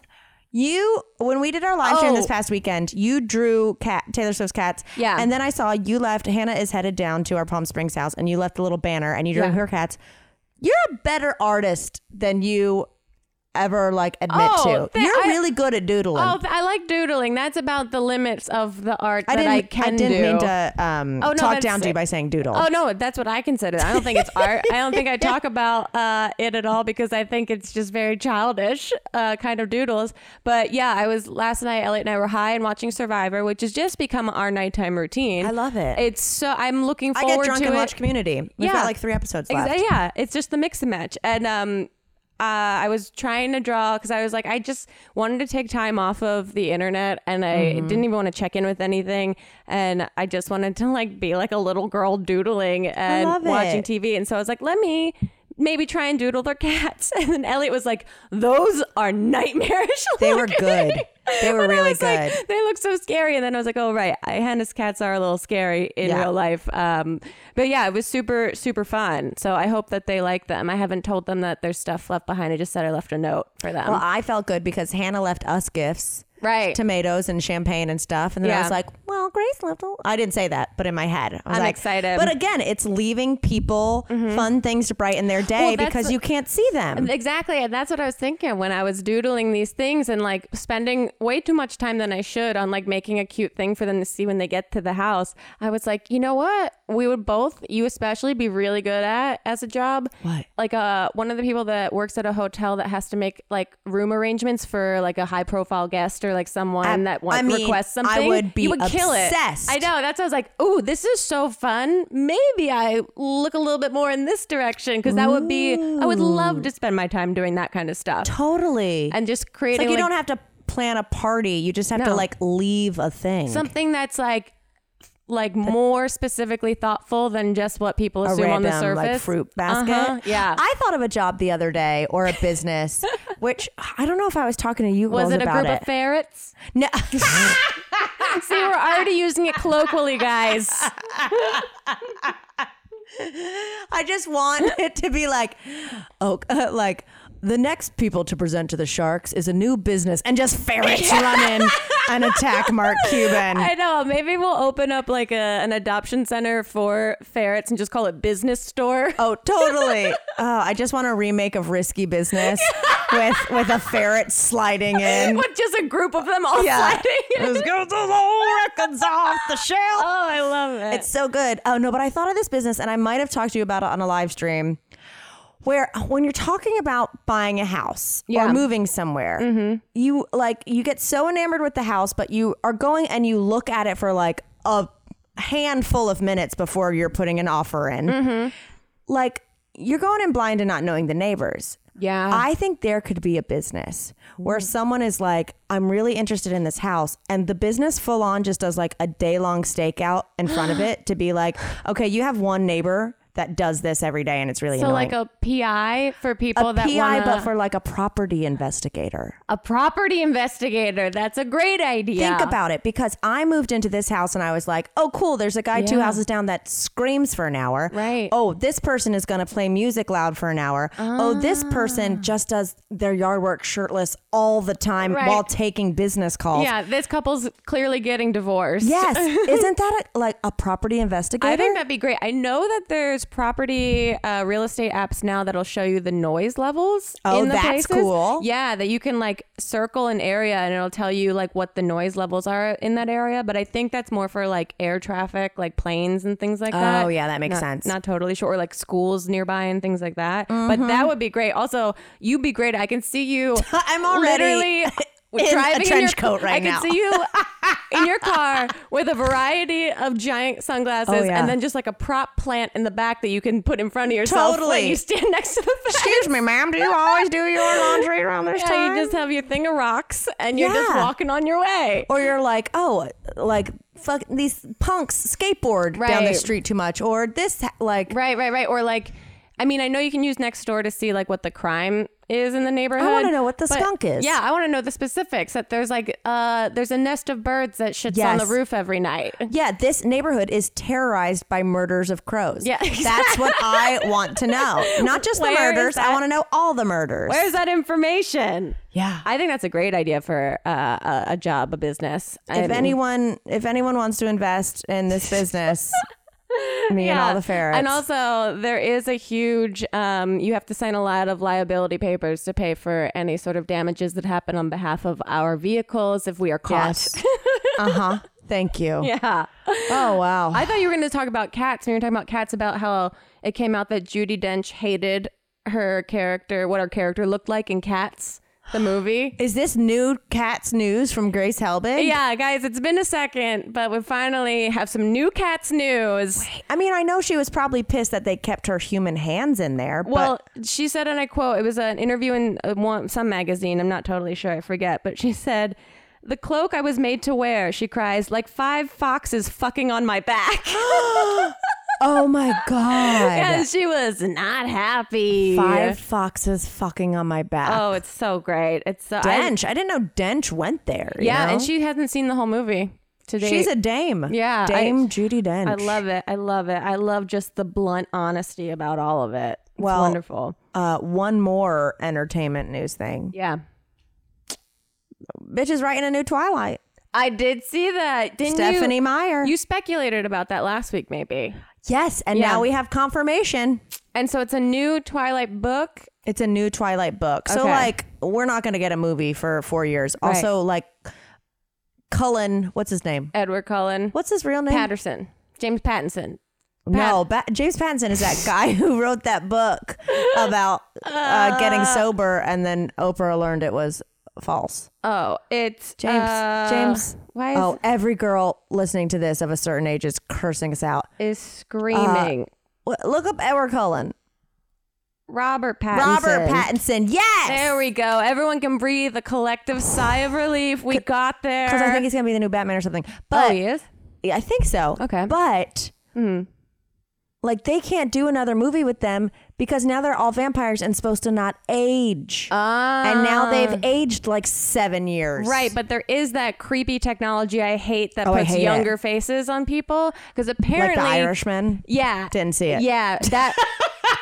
S2: you when we did our live stream this
S1: Oh.
S2: past weekend, you drew cat Taylor Swift's cats.
S1: Yeah.
S2: And then I saw you left. Hannah is headed down to our Palm Springs house, and you left a little banner, and you drew
S1: Yeah.
S2: her cats. You're a better artist than you ever like admit
S1: Oh,
S2: to.
S1: th-
S2: You're
S1: I-
S2: really good at doodling.
S1: Oh, I like doodling. That's about the limits of the art
S2: I
S1: that
S2: didn't.
S1: I can
S2: didn't
S1: do. Oh,
S2: mean to um,
S1: no,
S2: talk
S1: that's
S2: down to
S1: it.
S2: you by saying doodle.
S1: Oh no, that's what I consider. it. I don't think it's art. I don't think I talk about uh, it at all because I think it's just very childish uh, kind of doodles. But yeah, I was last night. Elliot and I were high and watching Survivor, which has just become our nighttime routine.
S2: I love it.
S1: It's so I'm looking
S2: I
S1: forward
S2: get drunk
S1: to
S2: and
S1: it.
S2: watch Community. We've
S1: Yeah.
S2: got like three episodes left.
S1: Exa- Yeah, it's just the mix and match. And um, uh, I was trying to draw because I was like, I just wanted to take time off of the internet, and I
S2: Mm-hmm.
S1: didn't even want to check in with anything, and I just wanted to like be like a little girl doodling
S2: love
S1: and watching
S2: it.
S1: TV. And so I was like, let me. Maybe try and doodle their cats, and then Elliot was like, "Those are nightmarish."
S2: They were
S1: looking."
S2: good. They were
S1: And I
S2: really
S1: was like,
S2: good.
S1: they look so scary. And then I was like, oh, right. I, Hannah's cats are a little scary in
S2: Yeah.
S1: real life. Um, but yeah, it was super, super fun. So I hope that they like them. I haven't told them that there's stuff left behind. I just said I left a note for them.
S2: Well, I felt good because Hannah left us gifts.
S1: right.
S2: tomatoes and champagne and stuff. And then I
S1: Yeah.
S2: was like, well, Grace left. A- I didn't say that, but in my head, I was
S1: I'm
S2: like-
S1: excited. Mm-hmm.
S2: But again, it's leaving people fun things to brighten their day
S1: that's
S2: because
S1: the-
S2: you can't see them.
S1: Exactly. And that's what I was thinking when I was doodling these things and like spending way too much time than I should on like making a cute thing for them to see when they get to the house. I was like, you know what? We would both, you especially, be really good at as a job.
S2: What?
S1: Like uh, one of the people that works at a hotel that has to make like room arrangements for like a high profile guest or like someone
S2: I-
S1: that wants
S2: I mean,
S1: requests
S2: I
S1: something.
S2: would be
S1: you would kill it.
S2: obsessed.
S1: I know. That's why I was like, oh, this is so fun. Maybe I look a little bit more in this direction because that would be, I would love to spend my time doing that kind of stuff
S2: Totally.
S1: and just
S2: it's
S1: creating
S2: like you
S1: like,
S2: don't have to plan a party. You just have to
S1: No.
S2: like leave a thing.
S1: something that's like, like more specifically thoughtful than just what people
S2: a
S1: assume on
S2: random
S1: the surface.
S2: like fruit basket.
S1: Uh-huh, Yeah.
S2: I thought of a job the other day or a business, which I don't know if I was talking to you
S1: was
S2: girls
S1: it a
S2: about
S1: group of ferrets?
S2: no.
S1: See, we're already using it colloquially, guys.
S2: I just want it to be like, oh, like The next people to present to the sharks is a new business, and just ferrets run in and attack Mark Cuban.
S1: I know. Maybe we'll open up like a, an adoption center for ferrets and just call it business store.
S2: Oh, totally. oh, I just want a remake of Risky Business with with a ferret sliding in.
S1: With just a group of them all
S2: Um, Yeah.
S1: sliding. in.
S2: Let's go to the whole records off the shelf.
S1: oh, I love it.
S2: It's so good. Oh no, but I thought of this business and I might have talked to you about it on a live stream. Where when you're talking about buying a house
S1: Yeah. Mm-hmm.
S2: or moving somewhere, you like you get so enamored with the house, but you are going and you look at it for like a handful of minutes before you're putting an offer in.
S1: Mm-hmm.
S2: Like you're going in blind and not knowing the neighbors.
S1: yeah.
S2: I think there could be a business where
S1: Mm.
S2: someone is like, I'm really interested in this house. And the business full on just does like a day long stakeout in front of it to be like, okay, you have one neighbor that does this every day and it's really
S1: so
S2: annoying.
S1: like a PI for people that
S2: PI,
S1: want
S2: but for like a property investigator.
S1: a property investigator. That's a great idea.
S2: Think about it because I moved into this house and I was like, oh, cool, there's a guy two
S1: Yeah.
S2: houses down that screams for an hour.
S1: Right.
S2: Oh, this person is going to play music loud for an hour. Oh, this
S1: Ah.
S2: person just does their yard work shirtless all the time
S1: Right.
S2: while taking business calls.
S1: Yeah, this couple's clearly getting divorced.
S2: Yes. Isn't that a, like a property investigator?
S1: I think that'd be great. I know that there's property uh, real estate apps now that'll show you the noise levels.
S2: Oh,
S1: in the
S2: that's
S1: places.
S2: cool.
S1: Yeah, that you can like circle an area and it'll tell you like what the noise levels are in that area. But I think that's more for like air traffic, like planes and things like that.
S2: Oh, yeah, that makes
S1: Not-
S2: sense.
S1: Not totally sure, or like schools nearby and things like that.
S2: Mm-hmm.
S1: But that would be great. Also, you'd be great. I can see you.
S2: I'm already
S1: literally.
S2: in a
S1: driving in your-
S2: trench coat right
S1: I can
S2: now.
S1: see you you in your car with a variety of giant sunglasses
S2: Oh, yeah.
S1: and then just like a prop plant in the back that you can put in front of yourself
S2: Totally.
S1: when you stand next to the fence.
S2: Excuse me, ma'am. Do you always do your laundry around this
S1: Yeah,
S2: time?
S1: you just have your thing of rocks and you're just
S2: Yeah.
S1: walking on your way.
S2: or you're like, oh, like fuck these punks skateboard down the
S1: Right.
S2: street too much, or this like
S1: Right, right, right. Or like, I mean, I know you can use next door to see like what the crime is in the neighborhood.
S2: wanna know what the skunk is.
S1: Yeah, I want to know the specifics. That there's like, uh, there's a nest of birds that shits on the
S2: Yes.
S1: roof every night.
S2: Yeah, this neighborhood is terrorized by murders of crows.
S1: Yeah,
S2: that's what I want to know. Not just the
S1: Where is
S2: murders. I
S1: that?
S2: want to know all the murders.
S1: Where's that information?
S2: Yeah.
S1: I think that's a great idea for uh, a, a job, a business.
S2: if anyone, if anyone wants to invest in this business, me and all the ferrets.
S1: And also, there is a huge, um, you have to sign a lot of liability papers to pay for any sort of damages that happen on behalf of our vehicles if we are caught.
S2: uh huh. Thank you.
S1: Yeah.
S2: Oh wow.
S1: I thought you were going to talk about cats, and you were talking about cats about how it came out that Judy Dench hated her character, what her character looked like in Cats, the movie.
S2: is this new cats news from Grace Helbig?
S1: Yeah, guys, it's been a second, but we finally have some new cats news.
S2: I mean, I know she was probably pissed that they kept her human hands in there. But
S1: Well, she said, and I quote, it was an interview in uh, one, some magazine. I'm not totally sure. I forget. But she said, the cloak I was made to wear, she cries, like five foxes fucking on my back.
S2: oh my god.
S1: and she was not happy.
S2: Five foxes fucking on my back.
S1: Oh, it's so great. It's so. I-
S2: Dench. I didn't know Dench went there. you
S1: yeah.
S2: know?
S1: And she hasn't seen the whole movie today.
S2: she's a dame.
S1: Yeah, I-
S2: Dame Judy Dench.
S1: I love it. I love it. I love just the blunt honesty about all of it. It's
S2: Well-
S1: wonderful.
S2: Uh, one more entertainment news thing.
S1: Yeah.
S2: Bitch is writing a new Twilight.
S1: I did see that. Didn't you-
S2: Stephanie Meyer.
S1: You speculated about that last week, maybe.
S2: yes, and
S1: Yeah.
S2: now we have confirmation.
S1: And so it's a new Twilight book.
S2: It's a new Twilight book. So
S1: Okay.
S2: like, we're not going to get a movie for four years. Also, like, Cullen. What's his name?
S1: Edward Cullen
S2: What's his real name?
S1: Patterson, James Pattinson.
S2: No, ba- James Pattinson is that guy who wrote that book about uh, getting sober, and then Oprah learned it was false.
S1: Oh, it's
S2: James,
S1: uh,
S2: James.
S1: Why is,
S2: oh, every girl listening to this of a certain age is cursing us out.
S1: is screaming
S2: uh, W- Look up Edward Cullen,
S1: Robert Pattinson?
S2: Robert Pattinson. Yes,
S1: There we go. Everyone can breathe a collective sigh of relief. We got there.
S2: because I think he's gonna be the new Batman or something.
S1: oh,
S2: But
S1: he is.
S2: Yeah, Hmm. I think so.
S1: Okay.
S2: But like they can't do another movie with them because now they're all vampires and supposed to not age. and now they've aged like seven years.
S1: Right, but there is that creepy technology I hate that
S2: Oh, I
S1: puts
S2: hate it.
S1: younger faces on people because apparently
S2: like the Irishman.
S1: Yeah.
S2: Didn't see it.
S1: Yeah, that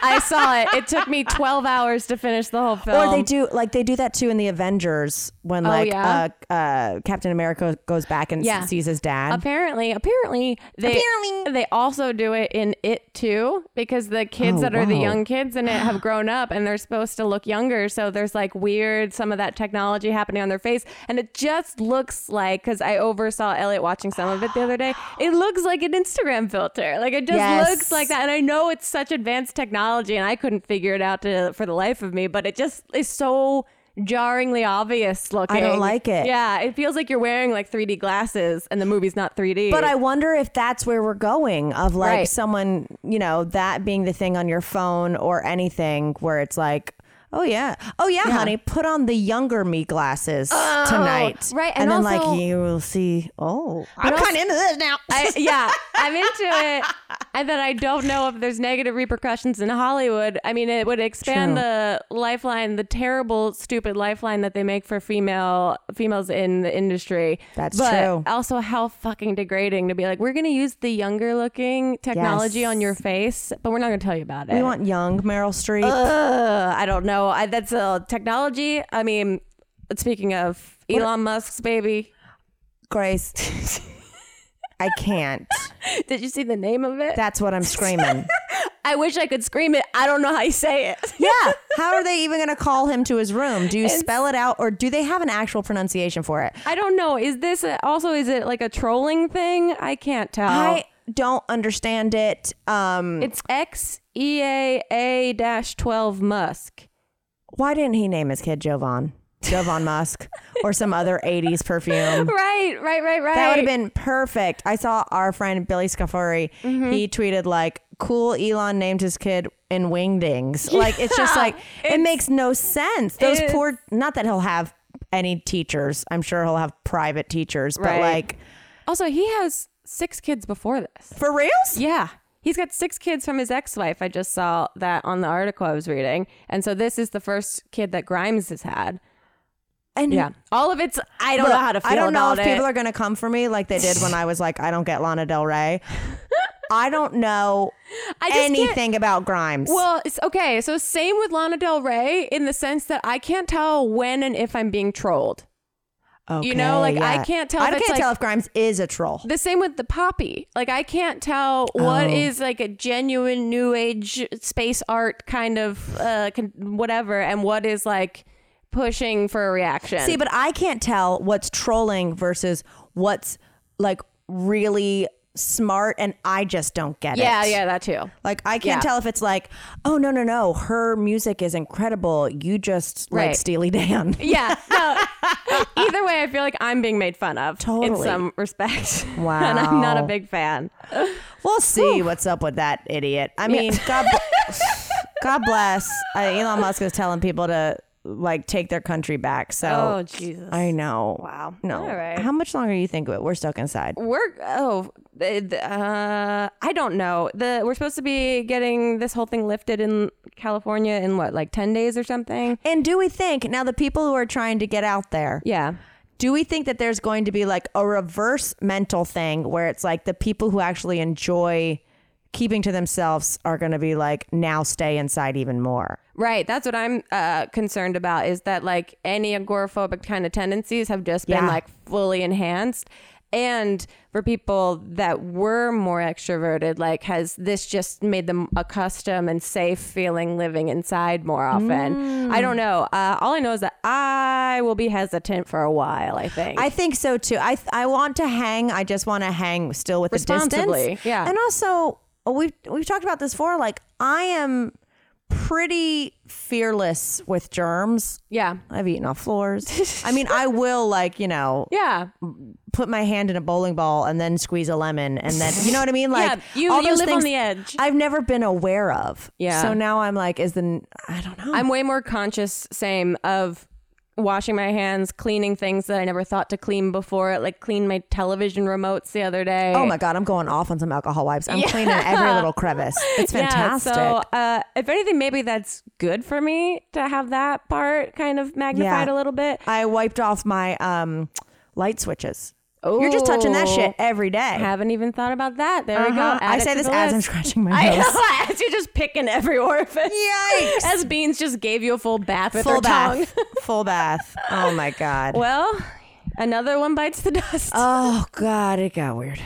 S1: I saw it. It took me 12 hours to finish the whole film. Oh,
S2: Or they do like they do that too in the Avengers when like
S1: yeah?
S2: uh, uh, Captain America goes back and s-
S1: Yeah.
S2: sees his dad.
S1: Apparently, apparently they
S2: Apparently.
S1: they also do it in it too because the kids
S2: Oh,
S1: that are the
S2: wow.
S1: young kids in it have grown up and they're supposed to look younger. So there's like weird some of that technology happening on their face, and it just looks like because I oversaw Elliot watching some of it the other day. It looks like an Instagram filter. Like it just
S2: Yes.
S1: looks like that, and I know it's such advanced technology, and I couldn't figure it out to, for the life of me. But it just is so. Jarringly obvious looking.
S2: like it.
S1: Yeah, it feels like you're wearing like 3D glasses and the movie's not 3D.
S2: But I wonder if that's where we're going of like
S1: Right.
S2: someone, you know, that being the thing on your phone or anything where it's like, oh yeah, oh yeah, honey, put on the younger me glasses tonight.
S1: Oh, right,
S2: And, then
S1: and also-
S2: like you will see, oh, I'm
S1: also-
S2: kind of into this now.
S1: I, yeah, I'm into it. And then I don't know if there's negative repercussions in Hollywood. I mean, it would expand
S2: True.
S1: the lifeline, the terrible, stupid lifeline that they make for female females in the industry.
S2: That's
S1: but
S2: true.
S1: Also, how fucking degrading to be like, we're gonna use the younger looking technology on your face, but we're not gonna tell you about it.
S2: we want young Meryl Streep.
S1: Ugh, I don't know. I, that's a technology. I mean, speaking of Elon Musk's baby,
S2: Grace, I can't.
S1: did you see the name of it?
S2: That's what I'm screaming.
S1: I wish I could scream it. I don't know how you say it.
S2: Yeah. How are they even going to call him to his room? Do you spell it out or do they have an actual pronunciation for it?
S1: I don't know. Is this a, also is it like a trolling thing? I can't tell.
S2: I don't understand it. Um,
S1: it's X E A A dash twelve Musk.
S2: why didn't he name his kid Jovan? Jovan Musk or some other 80s perfume?
S1: Right, right, right, right.
S2: That would have been perfect. I saw our friend Billy Scafuri. He tweeted like, "Cool, Elon named his kid in wingdings." Like it's just like it makes no sense. Those
S1: It's-
S2: poor. Not that he'll have any teachers. I'm sure he'll have private teachers,
S1: Right.
S2: but like
S1: Also, he has six kids before this.
S2: for reals.
S1: Yeah. He's got six kids from his ex wife. I just saw that on the article I was reading. And so this is the first kid that Grimes has had.
S2: And
S1: Yeah. All of it's, Mm-hmm. I don't
S2: Look,
S1: know how to feel
S2: I don't know
S1: about
S2: if
S1: it.
S2: people are going to come for me like they did when I was like, I don't get Lana Del Rey. I don't know
S1: I just can't-
S2: anything about Grimes.
S1: Well, it's okay. So same with Lana Del Rey in the sense that I can't tell when and if I'm being trolled. you know,
S2: Okay,
S1: like, I can't tell
S2: I
S1: if
S2: can't
S1: it's, like-
S2: tell if Grimes is a troll.
S1: The same with the poppy. Like I can't tell what
S2: Oh.
S1: is like a genuine new age space art kind of uh, con- whatever, and what is like pushing for a reaction.
S2: See, but I can't tell what's trolling versus what's like really smart, and I just don't get
S1: yeah,
S2: it.
S1: yeah, that too.
S2: Like I can't
S1: Yeah.
S2: tell if it's like, oh no no no, her music is incredible. You just like
S1: Right.
S2: Steely Dan.
S1: Yeah. No, either way, I feel like I'm being made fun of in
S2: Totally.
S1: some respect.
S2: Wow.
S1: and I'm not a big fan.
S2: We'll see what's up with that idiot. I mean, God, bl- God bless. Uh, Elon Musk is telling people to like take their country back. So
S1: Oh, Jesus.
S2: I know.
S1: Wow.
S2: No.
S1: All right.
S2: How much longer do you think of it? We're stuck inside.
S1: We're oh, th- th- uh, I don't know. The we're supposed to be getting this whole thing lifted in California in what like ten days or something.
S2: And do we think now the people who are trying to get out there?
S1: Yeah.
S2: Do we think that there's going to be like a reverse mental thing where it's like the people who actually enjoy keeping to themselves are going to be like now stay inside even more?
S1: Right. That's what I'm uh, concerned about is that like any agoraphobic kind of tendencies have just been
S2: Yeah.
S1: like fully enhanced. And for people that were more extroverted, like has this just made them accustomed and safe feeling living inside more often? I
S2: Mm.
S1: don't know. Uh, all I know is that I will be hesitant for a while, I think.
S2: I think so too. I I want to hang. I just want to hang still with the
S1: Responsibly,
S2: distance.
S1: yeah.
S2: And also, uh, we've we've talked about this before. Like I am pretty fearless with germs.
S1: yeah.
S2: I've eaten off floors. I mean, I will like you know
S1: Yeah.
S2: put my hand in a bowling ball and then squeeze a lemon and then you know what I mean. Like
S1: Yeah, you-
S2: all
S1: you
S2: those
S1: live on
S2: things
S1: the edge.
S2: I've never been aware of.
S1: Yeah.
S2: So now I'm like, is the I don't know.
S1: I'm way more conscious, same, of washing my hands, cleaning things that I never thought to clean before. Like clean my television remotes the other day.
S2: Oh my god, I'm going off on some alcohol wipes. I'm cleaning every little crevice. It's fantastic.
S1: Yeah, so uh, if anything, maybe that's good for me to have that part kind of magnified
S2: Yeah.
S1: a little bit.
S2: I wiped off my um, light switches.
S1: Oh,
S2: You're just touching that shit every day.
S1: Haven't even thought about that. There we go.
S2: Uh-huh.
S1: Add
S2: I
S1: it
S2: say
S1: to
S2: this
S1: the
S2: as I'm
S1: list.
S2: scratching my
S1: I
S2: nose.
S1: know. As you're just picking every orifice.
S2: Yikes.
S1: As Beans just gave you a full bath with her
S2: Full
S1: tongue.
S2: bath. Full bath. Oh my god.
S1: Well, another one bites the dust.
S2: Oh god, it got weird.